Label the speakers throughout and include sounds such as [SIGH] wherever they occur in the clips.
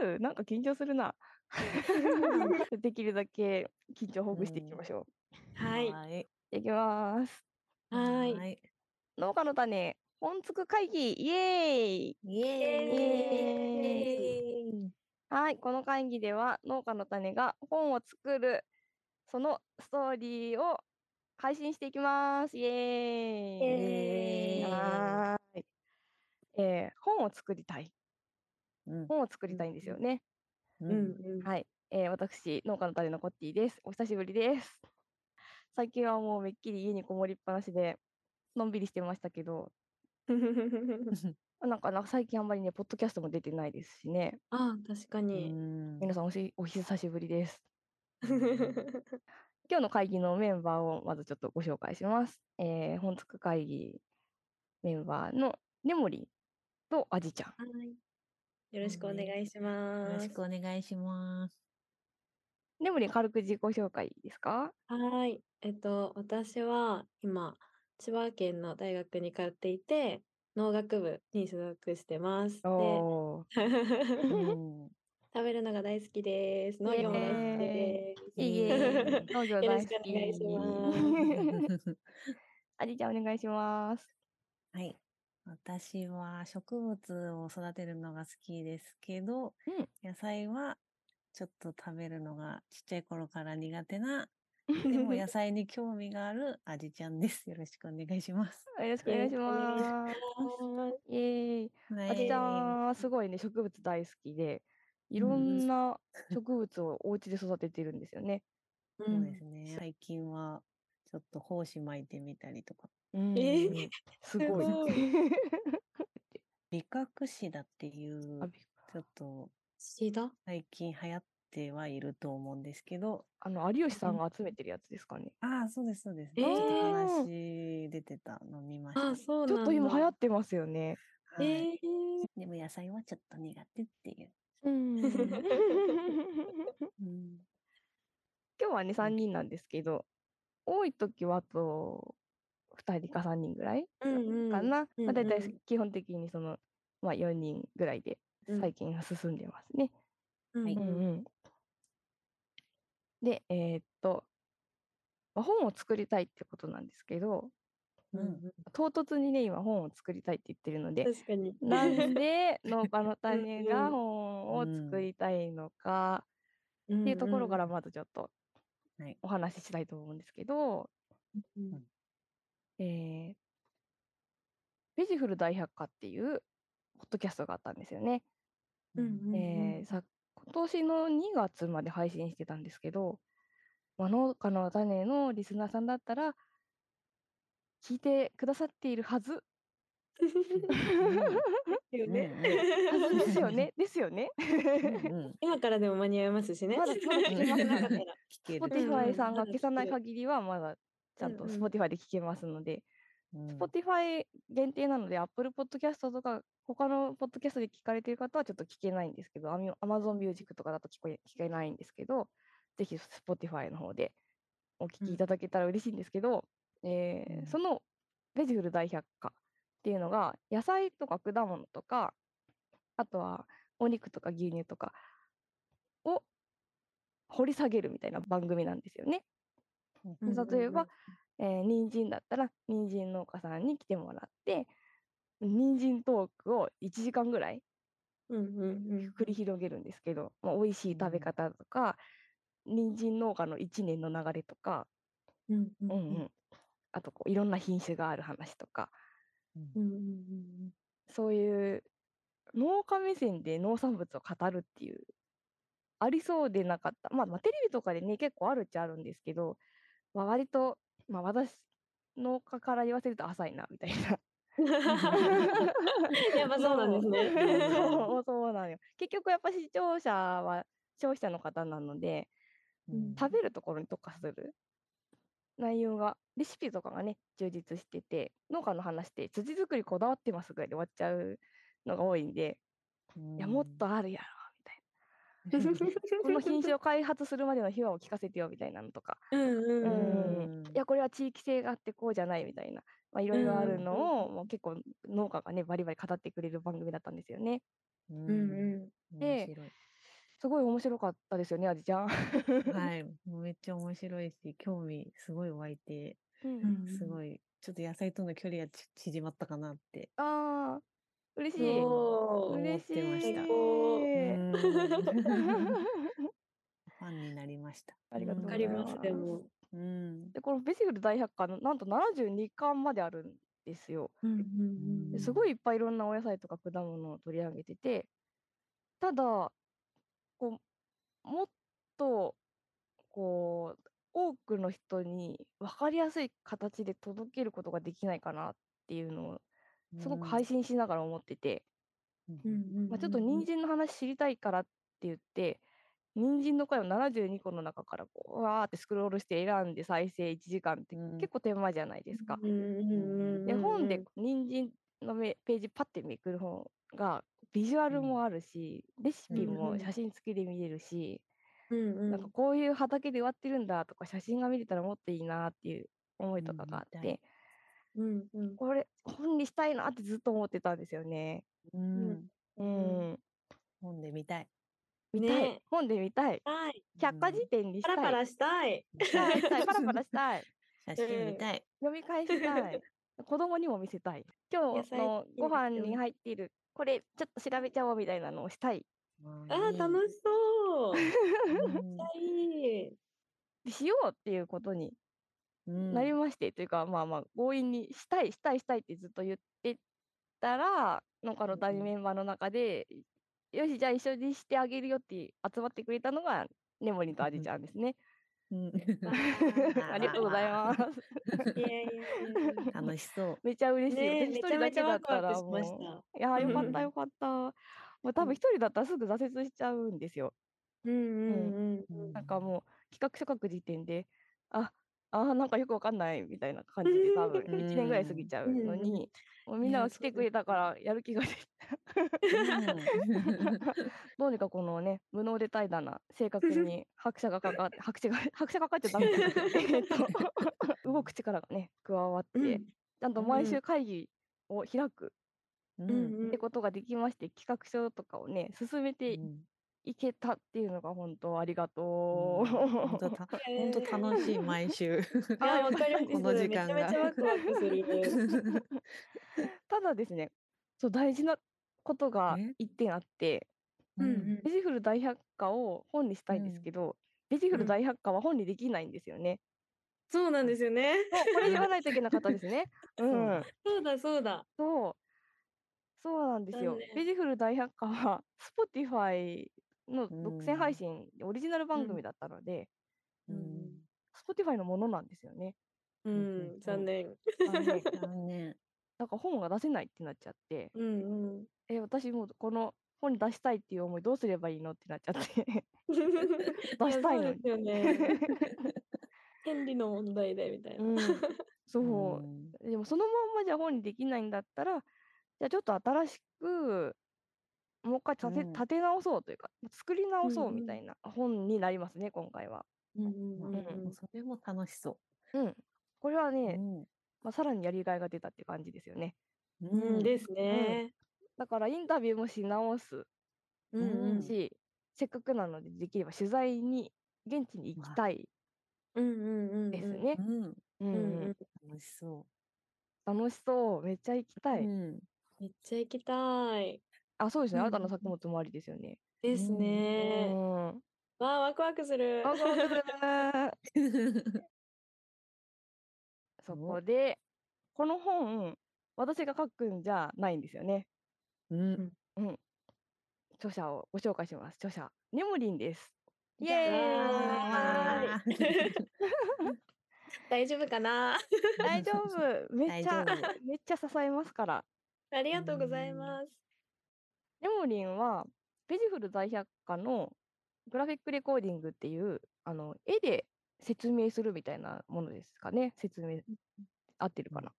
Speaker 1: ふう、なんか緊張するな。できるだけ緊張をほぐしていきましょ
Speaker 2: はい。
Speaker 3: はい。
Speaker 1: う。いきます。
Speaker 2: はい
Speaker 3: い。
Speaker 1: 農家の種、本つく会議、イエーイ
Speaker 3: イ
Speaker 1: エ
Speaker 3: エーイ。
Speaker 1: はい、この会議では農家の種が本を作るそのストーリーを配信していきます。イエ
Speaker 3: イ
Speaker 1: ーイ。
Speaker 3: エーイ
Speaker 1: はーい。えー本を作りたい。
Speaker 3: うん
Speaker 1: 本を作りたいんですよね。
Speaker 2: うんう
Speaker 3: [LAUGHS]
Speaker 2: ん。
Speaker 1: はい、えー私農家の種のコッティです。お久しぶりです。最近はもうめっきり家にこもりっぱなしでのんびりしてましたけど、
Speaker 3: [LAUGHS]
Speaker 1: なんかなんか最近あんまりねポッドキャストも出てないですしね。
Speaker 2: ああ、確かに。
Speaker 1: 皆さんおしお久しぶりです。
Speaker 2: [LAUGHS] うん
Speaker 1: 今日の会議のメンバーをまずちょっとご紹介します。えー、本作会議メンバーのねもりとあじちゃん。
Speaker 2: はい。よろしくお願いし
Speaker 3: よ
Speaker 2: ま
Speaker 3: ろ
Speaker 2: す。
Speaker 3: しくお願いします。
Speaker 1: ねもり軽く自己紹介ですか
Speaker 2: はい。えっと、私は今、千葉県の大学に通っていて、農学部に所属してます。で、
Speaker 1: おー
Speaker 2: [LAUGHS]
Speaker 3: [LAUGHS]
Speaker 2: 食べるのが大好きです。農
Speaker 1: イエーイ
Speaker 2: 業も大好きです。
Speaker 1: いえいえ、農業大好き。
Speaker 2: よろしくお願いし
Speaker 3: う
Speaker 2: ま
Speaker 3: ん
Speaker 1: [LAUGHS] あじちゃんお願いします。
Speaker 3: [LAUGHS] はい。私は植物を育てるのが好きですけど、
Speaker 1: うん
Speaker 3: 野菜はちょっと食べるのがちっちゃい頃から苦手 [LAUGHS] な、で
Speaker 2: [LAUGHS]
Speaker 3: も野菜に興味がある味ちゃんです。よろしくお願いします。
Speaker 1: よろしくお願いします。
Speaker 2: は
Speaker 1: イエーイ。あ
Speaker 3: あ
Speaker 1: じちゃん、すごいね、植物大好きで、いろんな植物をお家で育ててるんですよね。
Speaker 2: い
Speaker 3: そうですね。最近はちょっと胞子巻いてみたりとか、
Speaker 1: うん
Speaker 2: えー
Speaker 1: すごい。
Speaker 2: すごい
Speaker 3: ビカクシダっていう
Speaker 1: あび
Speaker 3: ちょっと
Speaker 2: シダ
Speaker 3: 最近流行ってはいると思うんですけど、
Speaker 1: あの有吉さ
Speaker 3: うんん
Speaker 1: が集めてるやつですかね。
Speaker 3: ああ、そうです、そうです。
Speaker 2: え
Speaker 3: ちょっと
Speaker 1: ー
Speaker 3: 話出てたの見ました。
Speaker 2: あ、そうなん
Speaker 1: ち
Speaker 2: だ。
Speaker 1: ょっと今流行ってますよね。
Speaker 3: はい
Speaker 2: えー
Speaker 3: でも野菜はちょっと苦手っていう。
Speaker 1: うん、 [LAUGHS] 今
Speaker 3: うん、
Speaker 1: 日はね3人なんですけど多い時はあと2人か3人ぐらいか
Speaker 2: うんうん
Speaker 1: な、ま
Speaker 2: うんう
Speaker 1: あ、
Speaker 2: ん
Speaker 1: 大体基本的にその、まあ、4人ぐらいで
Speaker 2: うん
Speaker 1: 最近は進んでますね。
Speaker 2: うん
Speaker 1: うん
Speaker 2: うん
Speaker 1: うんでえーっと、まあ、本を作りたいってことなんですけど
Speaker 3: うん
Speaker 2: うん
Speaker 1: 唐突にね今本を作りたいって言ってるので
Speaker 2: 確かに。 [LAUGHS]
Speaker 1: なんで農家の種
Speaker 2: うんう
Speaker 1: が
Speaker 2: ん
Speaker 1: 本を作りたいのか
Speaker 2: て、
Speaker 1: っていうところかららまずちょっと
Speaker 3: はい
Speaker 1: お話ししたいと思うんですけど、
Speaker 2: うん
Speaker 1: えー、ベジフル大百科っていうポッドキャストがあったんですよね。
Speaker 2: うんうん
Speaker 1: えーさ今年の2月まで配信してたんですけど、まあ、農家の種のリスナーさんだったら聞いてくださっているはず。
Speaker 2: よ
Speaker 3: うん
Speaker 2: ね
Speaker 1: はず [LAUGHS] ですよ
Speaker 2: [LAUGHS]
Speaker 1: ね。ですよね。
Speaker 3: うんうん
Speaker 2: 今からでも間に合いますしね。
Speaker 1: まだまだ
Speaker 3: 聞けます
Speaker 2: [LAUGHS]
Speaker 3: からね聞ける。
Speaker 1: Spotify さんが
Speaker 2: うんうん
Speaker 1: 消さない限りはまだちゃんと
Speaker 2: うんうん
Speaker 1: Spotify で聞けますので、
Speaker 3: うん、
Speaker 1: Spotify 限定なので、Apple Podcast とか、他のポッドキャストで聞かれてる方はちょっと聞けないんですけど、アミ Amazon Music とかだと聞こえ聞けないんですけど、ぜひ Spotify の方でお聞
Speaker 2: うん
Speaker 1: きいただけたら嬉しいんですけど、えー
Speaker 3: うん
Speaker 1: そのベジフル大百科っていうのが、野菜とか果物とか、あとはお肉とか牛乳とかを掘り下げるみたいな番組なんですよね。
Speaker 2: うんうんうん
Speaker 1: 例えば、えー、人参だったら人参農家さんに来てもらって人参トークを1時間ぐらい
Speaker 2: うんうん
Speaker 1: 繰り広げるんですけど、まあ、美味しい食べ
Speaker 3: うん
Speaker 1: 方とか、人参農家の1年の流れとか、
Speaker 2: うんうんう
Speaker 1: うんうん
Speaker 2: ん
Speaker 1: あとこういろんな品種がある話とか
Speaker 3: うん
Speaker 2: うんうん
Speaker 1: そういう農家目線で農産物を語るっていうありそうでなかった、まあ、まあテレビとかでね結構あるっちゃあるんですけど、まあ、割と、まあ、私農家から言わせると浅いなみたいな
Speaker 2: やっぱそうなんですね。
Speaker 1: そうそうなのよ。結局やっぱ視聴者は消費者の方なので
Speaker 3: うん
Speaker 1: 食べるところに特化する内容がレシピとかがね充実してて農家の話って土作りこだわってますぐらいで終わっちゃうのが多いんで、いやもっとあるやろみたい
Speaker 2: [LAUGHS]
Speaker 1: なこの品種を開発するまでの秘話を聞かせてよみたいなのとか
Speaker 2: うんう
Speaker 1: う
Speaker 2: んうんん。
Speaker 1: いやこれは地域性があってこうじゃないみたいなまあいろいろあるのを、もう結構農家がねバリバリ語ってくれる番組だったんですよね。
Speaker 3: う。
Speaker 2: うんん
Speaker 1: で
Speaker 3: 面白い
Speaker 1: すごい面白かったですよね、あじちゃん。 [LAUGHS]
Speaker 3: はい。もうめっちゃ面白いし、興味すごい湧いて、
Speaker 2: うん。うん
Speaker 3: すごい、ちょっと野菜との距離がち縮まったかなって
Speaker 1: ああ、嬉しい。
Speaker 2: おー
Speaker 3: 思っ
Speaker 1: 嬉しい
Speaker 3: てました。
Speaker 2: 最高
Speaker 1: う
Speaker 3: う [LAUGHS]
Speaker 1: ん
Speaker 3: んファンになりました。
Speaker 1: ありがとう
Speaker 2: わ
Speaker 1: ござ
Speaker 2: か
Speaker 1: い
Speaker 2: り
Speaker 1: ま
Speaker 2: ますす、でも。
Speaker 3: う
Speaker 1: [LAUGHS]
Speaker 3: ん。
Speaker 1: で、このベシグル大百科の、なんと72巻まであるんですよ。
Speaker 2: うんうん
Speaker 3: う
Speaker 1: で
Speaker 3: ん
Speaker 1: すごいいっぱいいろんなお野菜とか果物を取り上げてて、ただ、こう、もっと、こう、多くの人に分かりやすい形で届けることができないかなっていうのを、 [LAUGHS] すごく配信しながら思ってて、
Speaker 3: うん
Speaker 2: うんうんうん
Speaker 1: まあ、ちょっと人参の話知りたいからって言って、人参の回を72個の中からこう、うわーってスクロールして選んで再生1時間って
Speaker 3: うん
Speaker 1: 結構手間じゃないですか。
Speaker 2: うんうんうん
Speaker 1: で、本で
Speaker 2: うん
Speaker 1: 人参のめページパッてめくる本が、ビジュアル
Speaker 3: うん
Speaker 1: もあるし、レシピ
Speaker 2: うんう
Speaker 1: も
Speaker 2: ん
Speaker 1: 写真付きで見れるし、
Speaker 2: うん
Speaker 1: なんかこういう畑で植わってるんだとか、写真が見れたらもっといいなっていう思いとか
Speaker 3: うん
Speaker 1: があっ
Speaker 3: 見たい
Speaker 1: て、
Speaker 2: うんうん
Speaker 1: これ、本にしたいなってずっと思ってたんですよね。
Speaker 3: うん。
Speaker 1: う
Speaker 2: うん
Speaker 1: ん。
Speaker 3: 本で見たい。
Speaker 1: 見たい
Speaker 2: ね。
Speaker 1: 本で見たい。
Speaker 2: はい。
Speaker 1: 百科事典にした
Speaker 2: パ
Speaker 1: い。
Speaker 2: ラパラしたい。
Speaker 1: したいしたいパラパ
Speaker 2: [LAUGHS]
Speaker 1: ラしたい。
Speaker 3: 写真見たい。
Speaker 1: 読み返したい。子供にも見せたい。今
Speaker 2: 野
Speaker 1: 日
Speaker 2: 菜
Speaker 1: の
Speaker 2: いい
Speaker 1: ご
Speaker 2: です
Speaker 1: 飯
Speaker 2: よ
Speaker 1: に
Speaker 2: ね
Speaker 1: 入っている、これちょっと調べちゃおうみたいなのをしたい。
Speaker 2: あー楽
Speaker 3: し
Speaker 2: しそう。めっちゃ
Speaker 3: い
Speaker 2: いい。
Speaker 1: しようっていうことに
Speaker 3: うん。
Speaker 1: なり
Speaker 3: ま
Speaker 1: まして、というか、まあまあ、強引にしたい、したい、したいってずっと言ってたら、農家の
Speaker 3: う
Speaker 1: 大
Speaker 3: ん
Speaker 1: メンバーの中で、よし、じゃあ一緒にしてあげるよって集まってくれたのが、ねもりんとあ
Speaker 2: [LAUGHS]
Speaker 1: じちゃんですね。
Speaker 3: ん
Speaker 1: [LAUGHS] ありがとうござい
Speaker 2: [LAUGHS]
Speaker 1: ます。
Speaker 2: いやいやいやいや。
Speaker 3: [LAUGHS] 楽しそう。
Speaker 1: [LAUGHS] めちゃ嬉しいよ。
Speaker 2: ねえ
Speaker 1: で
Speaker 2: め
Speaker 1: 一
Speaker 2: ちゃ
Speaker 1: 人だ
Speaker 2: めち
Speaker 1: け
Speaker 2: ゃ
Speaker 1: だっ
Speaker 2: ワク
Speaker 1: た
Speaker 2: ワ
Speaker 1: ら
Speaker 2: クし
Speaker 1: もう
Speaker 2: ました。
Speaker 1: いやーよか
Speaker 2: [LAUGHS] う
Speaker 1: っ
Speaker 2: ん
Speaker 1: たよかった。もう多
Speaker 2: うん
Speaker 1: 分一人だったらすぐ挫折しちゃうんですよ。
Speaker 2: うんうんうん
Speaker 3: うん
Speaker 1: なんかもう企画書書く時点で、あ、あーなんかよくわかんないみたいな感じで多分
Speaker 3: うん
Speaker 1: 1年ぐらい過ぎちゃうの
Speaker 2: うんうん
Speaker 1: に、もうみんなが来てくれたからやる気が出てきた。どうにかこのね、無能で怠惰な性
Speaker 2: [LAUGHS]
Speaker 1: 格に拍車がかかって、拍車が、 [LAUGHS] 拍車かかっちゃダメだ。えっ
Speaker 2: [LAUGHS]
Speaker 1: と、動く力がね、加わって、
Speaker 2: うん。
Speaker 1: ちゃんと
Speaker 2: う
Speaker 1: 毎
Speaker 2: ん
Speaker 1: 週会議を開く [LAUGHS]
Speaker 2: う
Speaker 3: う
Speaker 2: ん
Speaker 3: ん。
Speaker 1: ってことができまして、企画書とかをね、進めていけたっていうのが本当ありがと
Speaker 3: 本当
Speaker 1: う。
Speaker 3: た本当楽しい毎週。
Speaker 2: いやわかります。
Speaker 3: この時間が
Speaker 2: めちゃめちゃワクワクする。
Speaker 1: [LAUGHS] ただですね、そう大事なことが
Speaker 3: え
Speaker 1: 一点あって、
Speaker 2: [LAUGHS] うん
Speaker 1: ベジフル大百科を本にしたいんですけど、ベジフル大百科は本にできないんですよね。
Speaker 2: そうなんですよね。
Speaker 1: [LAUGHS] そうこれ言わないといけなかったですね。 [LAUGHS] う
Speaker 3: そうだ
Speaker 1: ん、
Speaker 2: そうだそうだ。
Speaker 1: そう、そうなんですよ
Speaker 2: 残。念
Speaker 1: ベジフル大百科は [LAUGHS] Spotify の独占
Speaker 3: うん
Speaker 1: 配信、オリジナル
Speaker 2: う
Speaker 1: 番
Speaker 2: ん
Speaker 1: 組だったので、
Speaker 3: うん。
Speaker 1: Spotify のものなんですよね。
Speaker 2: う
Speaker 3: うんうんうん
Speaker 2: ん、残念。
Speaker 1: 残念
Speaker 3: 残念。
Speaker 1: だから本が出せないってなっちゃって、
Speaker 2: うんうん。
Speaker 1: え、私もうこの本出したいっていう思いどうすればいいのってなっちゃって [LAUGHS] 出したいのに
Speaker 2: やそうです。よね。権利の問題でみたいな。 [LAUGHS]
Speaker 1: うん、
Speaker 3: う
Speaker 1: そ
Speaker 3: ん
Speaker 1: う。でもそのまんまじゃ本にできないんだったら、じゃあちょっと新しく、もう一回立て,、
Speaker 3: うん
Speaker 1: 立て直そうというか、作り直そううん
Speaker 2: うん
Speaker 1: みたいな本になりますね、今回は。
Speaker 2: うんうんうん
Speaker 1: う
Speaker 2: うん
Speaker 3: それも楽しそ
Speaker 1: うん。これは
Speaker 3: う。
Speaker 1: ね、まあ、さらにやりがいが出たって感じですよね。
Speaker 3: う
Speaker 2: うん、ですね。
Speaker 1: だからインタビューもし直す
Speaker 2: うんん
Speaker 1: し、せっかくなのでできれば取材に、現地に行きたい
Speaker 2: うんうんうん。
Speaker 1: です。ね
Speaker 3: う。ん。
Speaker 1: う
Speaker 2: うんんうん。
Speaker 3: 楽しそ
Speaker 1: 楽しそう。めっちゃ行きた
Speaker 3: う。
Speaker 1: い。
Speaker 3: うん。
Speaker 2: めっちゃ行きたい。
Speaker 1: あ、そうですね。
Speaker 2: うん
Speaker 1: 新たな作物もありですよね。
Speaker 2: です
Speaker 1: う
Speaker 2: ね。
Speaker 1: ん。あ、
Speaker 2: わあ、ワクワクする。
Speaker 1: そうですねそこで、この本、私が書くんじゃないんですよね。
Speaker 3: うん。
Speaker 1: 著者をご紹介します。著者、ネモリンです。イ
Speaker 2: じゃあ
Speaker 1: エーイ
Speaker 2: わーい大丈夫かな。
Speaker 1: 大丈夫めっちゃ
Speaker 3: 大丈
Speaker 1: [LAUGHS]
Speaker 3: 夫、
Speaker 1: めっちゃ支えますから。
Speaker 2: ありがとうございます。
Speaker 1: ネモリンは、ベジフル大百科のグラフィックレコーディングっていう、あの、絵で説明するみたいなものですかね。説明、合ってるかな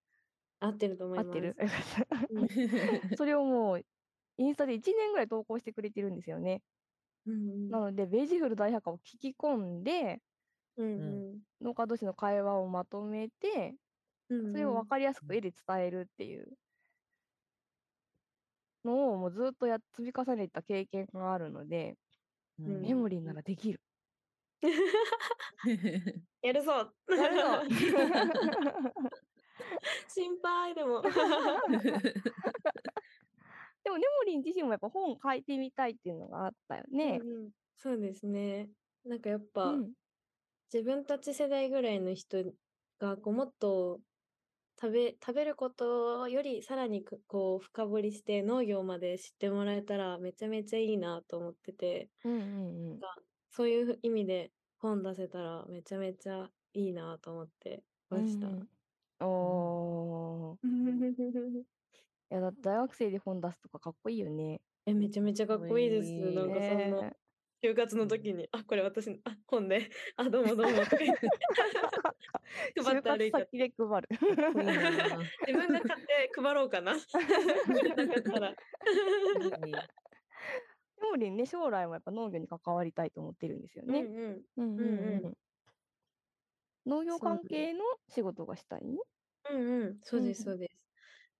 Speaker 2: 合ってると思い
Speaker 1: 合
Speaker 2: ます。
Speaker 1: ってる
Speaker 2: う
Speaker 1: [LAUGHS]
Speaker 2: ん
Speaker 1: それをもう、インスタで1年ぐらい投稿してくれてるんですよね。
Speaker 2: うん
Speaker 1: なので、ベージフル大百科を聞き込んで、
Speaker 2: うん
Speaker 3: う
Speaker 1: 農家同士の会話をまとめて、
Speaker 2: うん。
Speaker 1: それを分
Speaker 2: る。
Speaker 1: かりやす
Speaker 3: うん
Speaker 1: く絵で伝えるっていうのをもうずっとや積み重ねた経験があるので、
Speaker 2: うん
Speaker 1: メモリーならでき
Speaker 2: [LAUGHS]
Speaker 1: る。
Speaker 2: やるそう。
Speaker 1: やるぞ
Speaker 2: [LAUGHS] 心配で
Speaker 1: [LAUGHS]
Speaker 2: も。
Speaker 1: でもメモリー自身もやっぱ本書いてみたいっていうのがあったよね。
Speaker 2: うんうんそうですね。なんかやっぱ、
Speaker 1: うん
Speaker 2: 自分たち世代ぐらいの人がこうもっと食べ食べることよりさらにくこう深掘りして農業まで知ってもらえたらめちゃめちゃいいなと思ってて
Speaker 1: うんうんうん
Speaker 2: そういう意味で本出せたらめちゃめちゃいいなと思ってました。
Speaker 1: うんうんおーいやだって大学生で本出すとかかっこいいよね。
Speaker 2: えめちゃめちゃかっこいいです。
Speaker 3: かっこいい
Speaker 2: なんかそんな
Speaker 1: ね
Speaker 2: 就活の時に、あこれ私のあ本で [LAUGHS] あどうもどうもとか言って配
Speaker 1: 就
Speaker 2: って歩
Speaker 1: 活
Speaker 2: [LAUGHS] いち
Speaker 1: [LAUGHS]
Speaker 2: ゃっ
Speaker 1: 先で配る。
Speaker 2: [LAUGHS] て
Speaker 3: いいなぁ
Speaker 2: 自分が買って配ろうかな。 [LAUGHS] 売れなかった
Speaker 1: [LAUGHS]
Speaker 2: ら。
Speaker 3: いい
Speaker 1: メモリーね将来もやっぱ農業に関わりたいと思ってるんですよ
Speaker 2: う
Speaker 1: ね。
Speaker 2: んうん
Speaker 1: うん
Speaker 2: うんうん
Speaker 1: ん農業
Speaker 2: そうな
Speaker 1: 関
Speaker 2: んです
Speaker 1: 係の仕事がしたい
Speaker 2: うんうん、そうです、
Speaker 1: うん
Speaker 2: そうです。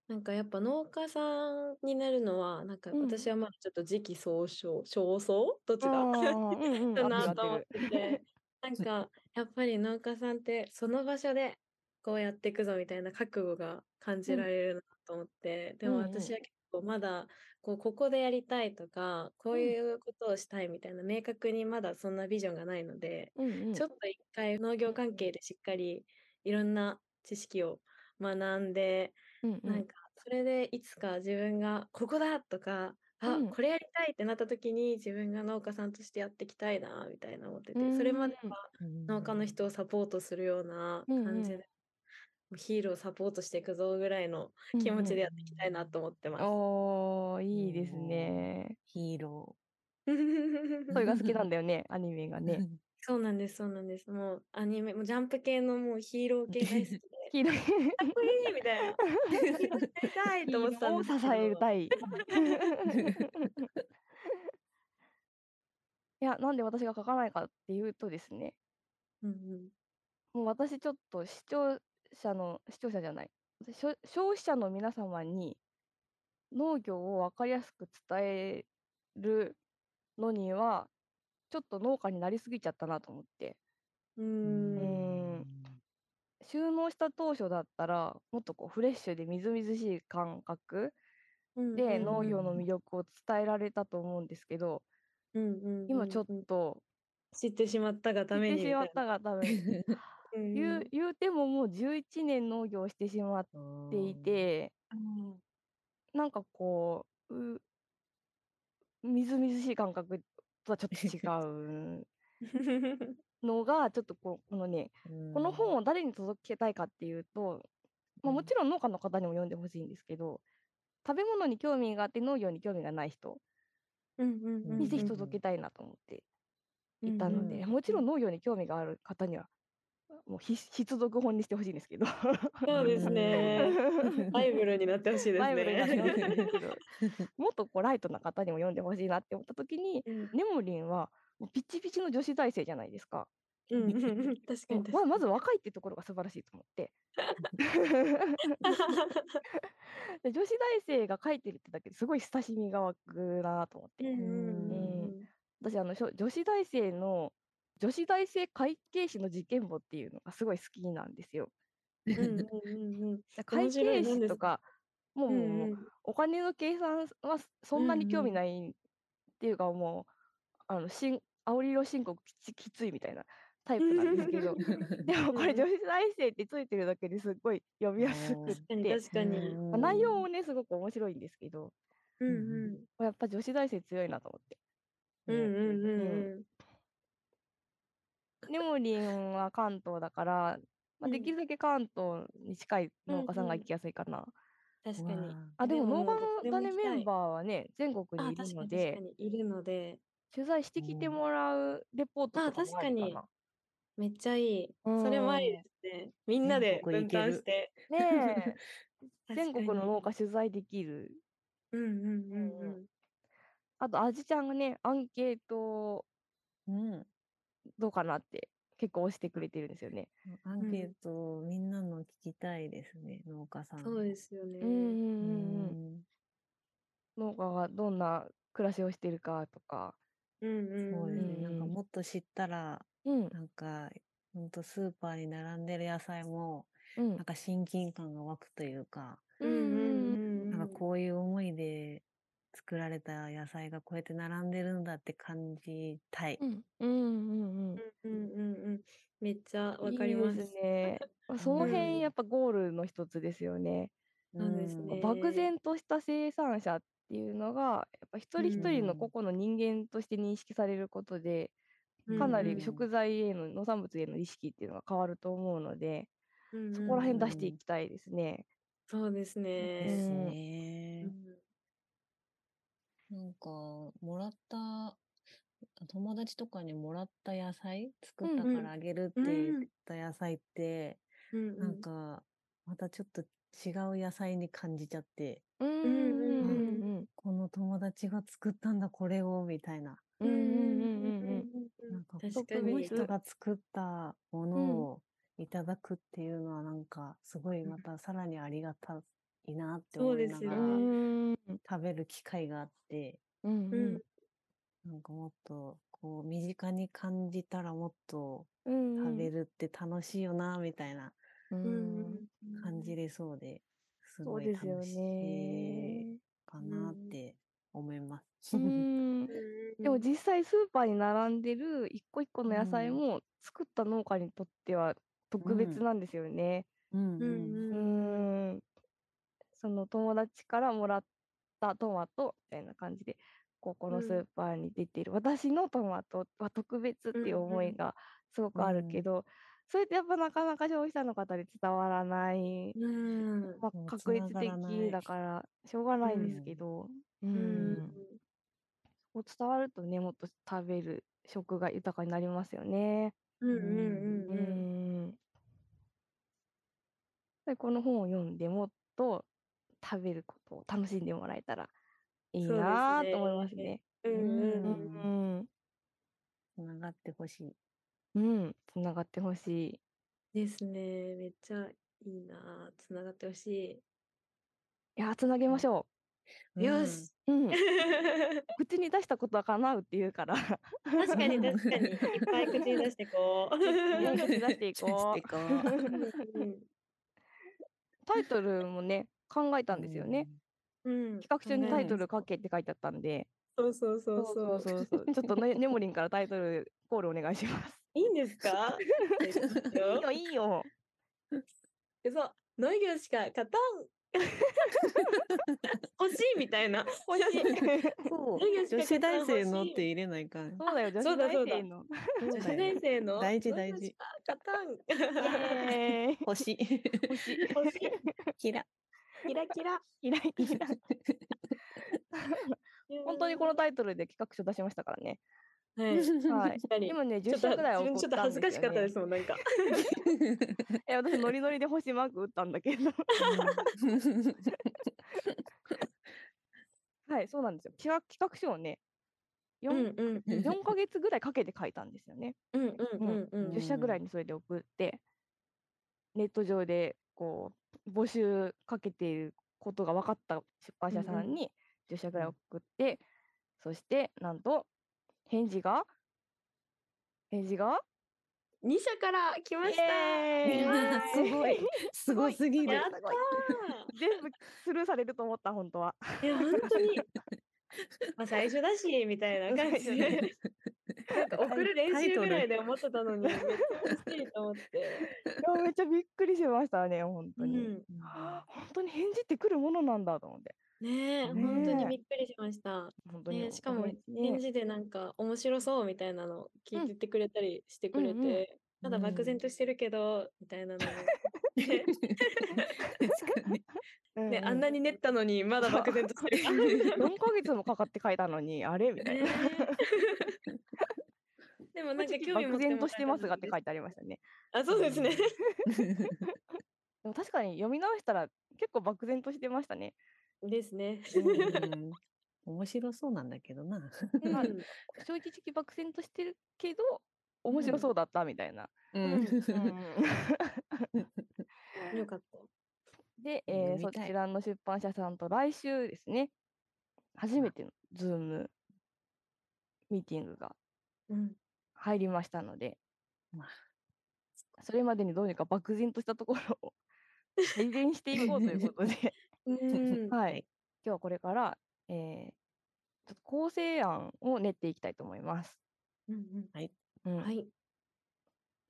Speaker 2: なんかやっぱ農家さんになるのは、なんか
Speaker 1: うん
Speaker 2: 私はまだちょっと時期尚早、尚早どっちだ [LAUGHS]
Speaker 1: あー [LAUGHS] うんうん
Speaker 2: だ
Speaker 1: 合
Speaker 2: な
Speaker 1: って
Speaker 2: と
Speaker 1: る
Speaker 2: 思
Speaker 1: 合
Speaker 2: っ
Speaker 1: って
Speaker 2: てて、
Speaker 1: [LAUGHS]
Speaker 2: なんかやっぱり農家さんってその場所でこうやっていくぞみたいな覚悟が感じられるなと思って、で
Speaker 1: う
Speaker 2: も
Speaker 1: んうん
Speaker 2: 私は結構まだこうここでやりたいとか、こういうことをしたいみたいな明確にまだそんなビジョンがないので、
Speaker 1: るうんうん
Speaker 2: ちょっと一回農業関係でしっかりいろんな知識を学んで、
Speaker 1: うんう
Speaker 2: なん
Speaker 1: ん
Speaker 2: かそれでいつか自分がここだとか、あ
Speaker 1: うん
Speaker 2: これやりたいってなった時に自分が農家さんとしてやっていきたいなみたいな思ってて、それまで
Speaker 1: うん
Speaker 2: は農家の人をサポートするような感じ
Speaker 1: うんうん
Speaker 2: で、ヒールをサポートしていくぞぐらいの気持ちでやっていきたいなと思ってます。
Speaker 1: おーいいですね。
Speaker 3: ヒーロ
Speaker 1: それが好きなんだよね、アニメが
Speaker 3: ー。
Speaker 1: ね。
Speaker 2: [LAUGHS] そうなんです、そうなんです。もうアニメ、もうジャンプ系のもうヒーロー系大好きで。
Speaker 1: 黄色い
Speaker 2: かっこいいみ [LAUGHS] たいな。やりたいと思ってたん
Speaker 1: を
Speaker 2: で
Speaker 1: 支
Speaker 2: すけど
Speaker 1: えた
Speaker 2: [LAUGHS]
Speaker 1: い。いや、なんで私が書かないかっていうとですね、
Speaker 2: うんうん
Speaker 1: もう私ちょっと視聴者の、視聴者じゃない、しょ消費者の皆様に農業を分かりやすく伝えるのには、ちょっと農家になりすぎちゃったなと思って、
Speaker 2: う。
Speaker 3: うん
Speaker 1: ん収納した当初だったら、もっとこうフレッシュでみずみずしい感覚
Speaker 2: うん
Speaker 1: で
Speaker 2: うん
Speaker 1: 農業の魅力を伝えられたと思うんですけど、
Speaker 2: うんうんうん
Speaker 1: 今ちょっ
Speaker 2: うん
Speaker 1: と
Speaker 2: 知ってしまったがため
Speaker 1: 言っ
Speaker 2: に
Speaker 1: て
Speaker 2: みた
Speaker 1: し
Speaker 2: い
Speaker 1: ま
Speaker 2: な。
Speaker 1: ったが多分
Speaker 2: [LAUGHS] うん
Speaker 1: 言う言うてももう11年農業をしてしまっ
Speaker 3: って
Speaker 1: い、てなんかこううみずみずしい感覚とはちょっ
Speaker 2: [LAUGHS]
Speaker 1: と違うのがちょっとこうこのねこの本
Speaker 3: を、
Speaker 1: を誰に届けたいかっていうと、まあ、もちろん農家の方にも読んでほしいんですけど食べ物に興味があって農業に興味がない人
Speaker 2: うんうんうん
Speaker 1: にぜひ
Speaker 3: うん
Speaker 1: 届けたいなと思っていたので、
Speaker 3: うん
Speaker 1: もちろん農業に興味がある方にはもう必必読本にしてほしいんですけど。
Speaker 2: そうで
Speaker 1: [LAUGHS]
Speaker 2: す [LAUGHS] ね。バイブルになってほしいですね。
Speaker 1: バイブルになってほしいん
Speaker 3: ね
Speaker 1: ですけどもっとこうライトな方にも読んでほしいなって思った時に
Speaker 2: うん
Speaker 1: ネモリンはもうピッチピチの女子大生じゃないですか。
Speaker 2: うんうんうん確かに確
Speaker 1: ま
Speaker 2: か
Speaker 1: あ
Speaker 2: に。
Speaker 1: まず若いってところが素晴らしいと思って。で女子大生が書いてるってだけですごい親しみが湧くなと思っ
Speaker 2: う
Speaker 1: て。
Speaker 2: んうんうん
Speaker 1: う
Speaker 2: うん
Speaker 1: 私あのしょ女子大生の女子大生会計士の事件簿っていうのがすごい好きなんですよ。
Speaker 2: うんうんうんうん
Speaker 1: だから会
Speaker 2: 面白
Speaker 1: 計
Speaker 2: い何
Speaker 1: 士
Speaker 2: です
Speaker 1: とかもう
Speaker 2: う
Speaker 1: もう、
Speaker 2: ん
Speaker 1: もう
Speaker 2: うん
Speaker 1: お金の計算はそそんなに興
Speaker 3: う
Speaker 1: 味
Speaker 3: んうん
Speaker 1: ないっていうかもうあのしん青色申告きつきついみたいなタイプなんですけ
Speaker 2: [LAUGHS]
Speaker 1: どでもこれ
Speaker 2: うん
Speaker 1: 女子大生ってついてるだけですっごい読みやす
Speaker 3: お
Speaker 1: く
Speaker 3: ー
Speaker 1: っ
Speaker 2: 確かに
Speaker 1: て、
Speaker 2: 確かに。
Speaker 1: まあ内容もねすごく面白いんですけど
Speaker 2: うん
Speaker 1: やっぱ女子大生強いなと思って。
Speaker 2: うんうんうんうんうん
Speaker 1: ネモリンは関東だから、まあ、
Speaker 2: うん
Speaker 1: できるだけ関東に近い農家さんが
Speaker 2: うんうん
Speaker 1: 行きやすいかな。
Speaker 2: 確かに。
Speaker 1: あでも
Speaker 2: でも
Speaker 1: 農
Speaker 2: も
Speaker 1: 家
Speaker 2: うどこで
Speaker 1: の種
Speaker 2: も行きたい
Speaker 1: メンバーはね全国
Speaker 2: あ
Speaker 1: にい
Speaker 2: 確か
Speaker 1: るの
Speaker 2: に確
Speaker 1: で
Speaker 2: かにいるので。
Speaker 1: 取材してきてもらうレポート
Speaker 2: あ
Speaker 1: とかもありかな。
Speaker 2: めっちゃいい。それもありですね。みんなで
Speaker 3: 全国
Speaker 2: 分
Speaker 3: 行ける
Speaker 2: 担して。
Speaker 1: [LAUGHS] ねえ全
Speaker 2: 確か
Speaker 1: 国
Speaker 2: に
Speaker 1: の農家取材できる。
Speaker 2: うんうんうんう。
Speaker 1: うんあとあじちゃんがねアンケート
Speaker 3: うん
Speaker 1: どうかなって結構押してくれてるんですよね。
Speaker 3: アンケート、みんなの聞きたいですね、農家さん。
Speaker 2: そうですよね。
Speaker 1: うんうんうんうん。農家がどんな暮らしをしてるかとか、
Speaker 2: うんう
Speaker 3: そ
Speaker 2: ん
Speaker 3: う
Speaker 2: う
Speaker 3: よ
Speaker 2: ん。
Speaker 3: ね。なんかもっと知ったら、
Speaker 1: うん
Speaker 3: なんか、ほんとスーパーに並んでる野菜も、
Speaker 1: うん
Speaker 3: なんか親近感が湧くというか、
Speaker 2: うんうんうん
Speaker 3: なん
Speaker 2: う
Speaker 3: か
Speaker 2: ん。
Speaker 3: こういう思いで作られた野菜がこうやって並んでるんだって感じたい。
Speaker 1: うんうんうんうん
Speaker 2: うんうんうん。めっちゃわか
Speaker 1: い
Speaker 2: り
Speaker 1: いで
Speaker 2: ます。
Speaker 1: ね。 [LAUGHS] まあその
Speaker 2: うん
Speaker 1: 辺やっぱゴールの一つですよね。
Speaker 2: そうです
Speaker 3: ん
Speaker 2: ね
Speaker 1: 漠然とした生産者っていうのがやっぱ一人一人の
Speaker 3: うん
Speaker 1: 個々の人間として認識されることで、
Speaker 2: うん
Speaker 1: かな
Speaker 2: うん
Speaker 1: り食材への農産物への意識っていうのが変わると思うので、そこら辺出していきたいですね。
Speaker 2: そうです
Speaker 3: で
Speaker 2: ね。
Speaker 1: う
Speaker 3: す
Speaker 1: ん
Speaker 3: ね。なんか、もらった、友達とかにもらった野菜作っ
Speaker 1: う
Speaker 3: た
Speaker 1: ん
Speaker 3: か
Speaker 2: うん
Speaker 3: らあげるって
Speaker 2: うん
Speaker 3: 言った野菜って、
Speaker 2: うんう
Speaker 3: なんか、またちょっと違う野菜に感じちゃって、
Speaker 1: うんうん
Speaker 2: うん
Speaker 1: うん
Speaker 3: この友達が作ったんだ、これを、みたいな。
Speaker 1: うんうんうんうんうん
Speaker 3: なんか、
Speaker 2: 確か
Speaker 3: この
Speaker 2: に。
Speaker 3: 人が作ったもの
Speaker 1: うん
Speaker 3: をいただくっていうのは、なんか、すごいまたさらにありがたいなって
Speaker 2: そ
Speaker 3: 思
Speaker 2: う
Speaker 3: い
Speaker 2: で
Speaker 3: な
Speaker 2: す
Speaker 3: が
Speaker 2: よ
Speaker 3: ら、
Speaker 1: う
Speaker 2: ね
Speaker 1: ん
Speaker 3: 食べる機会があって、
Speaker 1: うん
Speaker 2: う
Speaker 1: うんん
Speaker 3: なんかもっと、こう、身近に感じたらもっと
Speaker 1: うんうん
Speaker 3: 食べるって楽しいよな、みたいな
Speaker 1: うん
Speaker 3: 感じれそうで、す
Speaker 1: そ
Speaker 3: ご
Speaker 1: う
Speaker 3: い
Speaker 1: ですよ
Speaker 3: 楽しい
Speaker 1: ね。
Speaker 3: かなっ
Speaker 2: うん
Speaker 3: て思います。
Speaker 1: うんでも実際スーパーに並んでる一個一個の野菜
Speaker 3: うん
Speaker 1: も作った農家にとっては特別なんですよね。
Speaker 3: [LAUGHS] うん
Speaker 2: う
Speaker 3: うん
Speaker 1: うんん、その友達からもらったトマトみたいな感じでここのスーパーに出ている、私のトマトは特別っていう思いがすごくあるけど、それってやっぱなかなか消費者の方に伝わらない、
Speaker 2: うん
Speaker 1: ま
Speaker 3: そう
Speaker 1: あ、確率
Speaker 3: 繋がらない
Speaker 1: 的だからしょうがないんですけど。
Speaker 2: う
Speaker 1: うん
Speaker 2: ん
Speaker 1: こう伝わるとねもっと食べる食が豊かになりますよね。
Speaker 2: うんうん
Speaker 1: う
Speaker 2: うんうん
Speaker 1: ん。でこの本を読んでもっと食べることを楽しんでもらえたらいい
Speaker 2: そうです
Speaker 1: なあ
Speaker 2: ね
Speaker 1: と思いますね。
Speaker 2: うんうん
Speaker 1: うん。
Speaker 3: 繋がってほしい。
Speaker 1: うん。つながってほしい。
Speaker 2: ですねめっちゃいいなつながってほし
Speaker 1: いやつなげましょ
Speaker 2: いよし [LAUGHS]
Speaker 1: う。うん。
Speaker 2: 確
Speaker 1: 口に出したことは叶うっていうから。 [LAUGHS]
Speaker 2: かに確
Speaker 3: [LAUGHS]
Speaker 2: かにいっぱい口に出してこ
Speaker 1: [LAUGHS]
Speaker 2: う
Speaker 3: うん。
Speaker 1: ね口出していこう
Speaker 3: 出していこ
Speaker 1: タイトルもね考えたんですよね。
Speaker 2: うん
Speaker 1: 企画中にタイト
Speaker 3: 考
Speaker 1: ル
Speaker 3: え
Speaker 1: 書けって書いてあったんで。
Speaker 2: そうそうそうそう
Speaker 1: そうそう [LAUGHS] そうちょっとね、ネモリンからタイトルコールお願いします。
Speaker 2: いいんです
Speaker 1: [LAUGHS]
Speaker 2: か
Speaker 1: いい [LAUGHS] よ、いいよ。
Speaker 2: 嘘農業しか勝たん [LAUGHS] 欲しいみたいな
Speaker 1: 欲し
Speaker 2: [LAUGHS]
Speaker 1: い
Speaker 3: う。そう
Speaker 2: 授業しか
Speaker 3: 女子大生のっ
Speaker 2: 欠陥
Speaker 3: て入れないかん。
Speaker 1: [LAUGHS] そうだよ、
Speaker 2: [LAUGHS]
Speaker 1: 女
Speaker 2: そ
Speaker 1: 子
Speaker 2: うだ
Speaker 1: 大
Speaker 2: そうだ
Speaker 1: 生の。
Speaker 3: そう
Speaker 2: 女子
Speaker 3: だ
Speaker 1: [LAUGHS]
Speaker 2: 大生
Speaker 3: よ
Speaker 2: の
Speaker 3: 大事
Speaker 2: 農業
Speaker 3: 大事
Speaker 2: しか勝たん [LAUGHS]
Speaker 1: え
Speaker 3: 欲しい。
Speaker 1: 欲しい。 [LAUGHS]
Speaker 2: 欲しい
Speaker 3: キ [LAUGHS] ラ。
Speaker 2: キラキラ
Speaker 1: キラキラ。本当にこのタイトルで企画書出しました
Speaker 2: [LAUGHS]
Speaker 1: からね。
Speaker 2: はい
Speaker 1: はい。
Speaker 2: 確かに
Speaker 1: 今ね、
Speaker 2: ちょ
Speaker 1: 10
Speaker 2: っと
Speaker 1: 社くらい
Speaker 2: 自
Speaker 1: 送っ
Speaker 2: 分ちょっと
Speaker 1: たん
Speaker 2: 恥ずか
Speaker 1: です
Speaker 2: し
Speaker 1: よ、
Speaker 2: かったで
Speaker 1: ね
Speaker 2: す。もんなんか
Speaker 1: え、私ノリノリで星マーク打ったんだけど。 [LAUGHS] はい、そうなんですよ。企画企画書をね、
Speaker 2: うん
Speaker 1: 4,
Speaker 2: うん
Speaker 3: うん
Speaker 1: 4ヶ月ぐらいかけて書いたんですよね。
Speaker 2: うんうんうんう
Speaker 3: うん
Speaker 2: ん
Speaker 1: 10社ぐらいにそれで送って、ネット上でこう募集かけていることが分かった出版社さ
Speaker 2: うんうん
Speaker 1: んに10社ぐらい
Speaker 3: うん
Speaker 1: 送って、そしてなんと返事が返事が
Speaker 2: 二社から来ました
Speaker 1: イエーイ
Speaker 3: すごい。 [LAUGHS] すごすぎる
Speaker 2: やっ。
Speaker 1: すごい全部スルーされると思った本当は。
Speaker 2: たーいや本当に [LAUGHS] まあ最初だしみたいな感じ
Speaker 1: [LAUGHS] 最初
Speaker 2: でなんか送る練
Speaker 3: タイ
Speaker 2: 習
Speaker 3: ト
Speaker 2: ぐ
Speaker 3: ル
Speaker 2: らいで思ってたのにめっちゃ欲しいと思って、
Speaker 1: いやめっちゃびっくりしましたね本当
Speaker 2: う
Speaker 1: に。
Speaker 2: ん、
Speaker 1: はあ本当に返事ってくるものなんだと思って。
Speaker 2: ねえ
Speaker 3: ねえ
Speaker 2: 本当にびっくりしました、
Speaker 1: 本当に、
Speaker 2: ねえ、しかも
Speaker 1: ごめんね
Speaker 2: 返事でなんか面白そうみたいなの聞いててくれたりしてくれ
Speaker 1: うんうん
Speaker 2: て、ただ漠然としてるけどみたいなのも
Speaker 3: うん。確かに。
Speaker 1: う
Speaker 2: ね、
Speaker 1: う
Speaker 2: あんなに練ったのにまだ漠然として [LAUGHS]
Speaker 1: [LAUGHS]
Speaker 2: る。
Speaker 1: 4ヶ月もかかって書いたのに、あれみたいな。
Speaker 2: で [LAUGHS] もなんか
Speaker 1: 正
Speaker 2: 興
Speaker 1: 直
Speaker 2: 味持
Speaker 1: 漠然としてますがって書
Speaker 2: い
Speaker 1: いてありましたね。
Speaker 2: てあそうですね。
Speaker 1: でも確かに読み直したら結構漠然としてましたね。
Speaker 2: ですね。
Speaker 3: うん面白そうなんだけどな。
Speaker 1: まあ
Speaker 2: うん
Speaker 1: 正直漠然としてるけど、面白そうだったみたいな。
Speaker 3: うん [LAUGHS]
Speaker 2: よかっ
Speaker 1: [LAUGHS] で、
Speaker 3: 読
Speaker 1: えー
Speaker 3: み
Speaker 1: そ
Speaker 3: たい
Speaker 1: ちらの出版社さんと来週ですね、初めてのズームミーティングが
Speaker 2: うん。
Speaker 1: 入りましたので
Speaker 3: まあ、
Speaker 1: それまでにどうにか漠然としたところを [LAUGHS] 改善していこうということで、
Speaker 2: うん。
Speaker 1: はい、今日はこれから、えーちょっと構成案を練っていきたいと思います。
Speaker 2: うん
Speaker 1: うん
Speaker 2: うん。はい。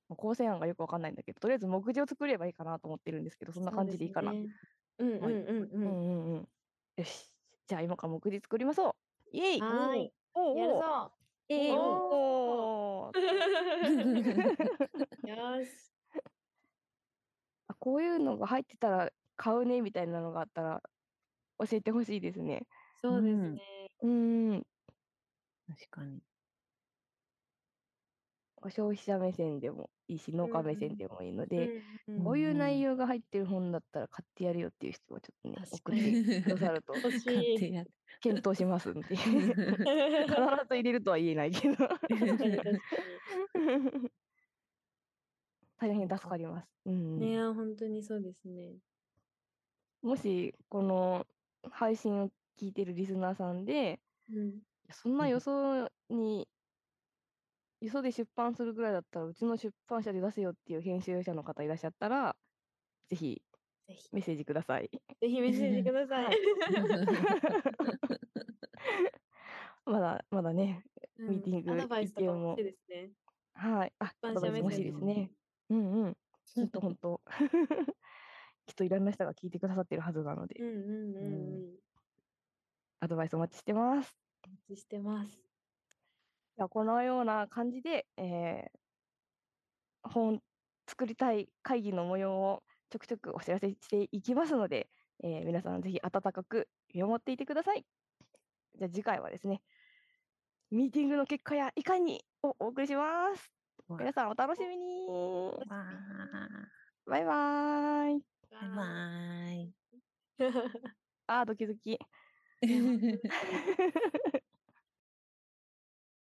Speaker 1: まあ構成案がよくわかんないんだけど、とりあえず目次を作ればいいかなと思ってるんですけど、そんな感じでいいかな。う
Speaker 2: そうですねうんうん
Speaker 1: はい
Speaker 2: うん
Speaker 1: んう
Speaker 2: うん。
Speaker 1: んうん。よし。じゃあ今から目次作りましょう。イエイ
Speaker 2: はーい。
Speaker 1: おう
Speaker 2: やる
Speaker 1: おう
Speaker 2: ぞ
Speaker 1: イエイおうおう [LAUGHS]
Speaker 2: よーし。
Speaker 1: あこういうのが入ってたら買うねみたいなのがあったら教えてほしいですね。
Speaker 2: そうです
Speaker 3: うん
Speaker 2: ね。
Speaker 1: うーん。
Speaker 3: 確かに。
Speaker 1: 消費者目線でもいいし、農家目線でもいいので、
Speaker 2: うん
Speaker 1: こういう
Speaker 3: うん
Speaker 1: 内容が入ってる本だったら買ってやるよっていう人はちょっとね、
Speaker 2: 確
Speaker 1: 送
Speaker 2: かに
Speaker 1: ってくださると
Speaker 2: 欲し
Speaker 3: 買っ
Speaker 2: い。
Speaker 3: てやる。
Speaker 1: [LAUGHS] 検討しますんで。 [LAUGHS] 必ず入れるとは言えないけど。 [LAUGHS]
Speaker 2: 確かに確か
Speaker 1: 大変助かります。うん
Speaker 2: に。ねえ、本当にそうですね。
Speaker 1: もし、この配信を聞いてるリスナーさんで、
Speaker 2: うん。
Speaker 1: いやそんな
Speaker 3: うん
Speaker 1: よそに、よそで出版するぐらいだったら、うちの出版社で出せよっていう編集者の方いらっしゃったら、ぜひ
Speaker 2: ぜひ、
Speaker 1: メッセージください。 [LAUGHS]
Speaker 2: ぜひメッセージください。
Speaker 1: まだ、まだね、
Speaker 2: うん
Speaker 1: ミーティング
Speaker 2: アドバイスとかも欲しいですね。
Speaker 1: はい。あ、
Speaker 2: 一般
Speaker 1: アドバイス
Speaker 2: 社
Speaker 1: 欲
Speaker 2: 目
Speaker 1: しい
Speaker 2: 線
Speaker 1: で
Speaker 2: の
Speaker 1: すね。うんうん。ほんとほんと。 [LAUGHS] きっといろんな人が聞いてくださってるはずなので、
Speaker 2: うんうんうん
Speaker 3: う
Speaker 2: うん。
Speaker 1: アドバイスお待ちしてます。
Speaker 2: お待ちしてます。
Speaker 1: じゃあこのような感じで、えー本作りたい会議の模様をちょくちょくお知らせしていきますので、えー皆さんぜひ温かく見守っていてください。じゃあ次回はですね、ミーティングの結果やいかにをお送りします。
Speaker 3: わ
Speaker 1: 皆さんお楽しみに。
Speaker 3: [LAUGHS] わ
Speaker 1: バイバーイ。
Speaker 3: ーバイ
Speaker 2: バイ。 [LAUGHS]
Speaker 1: あー、ドキドキ。
Speaker 3: バイ。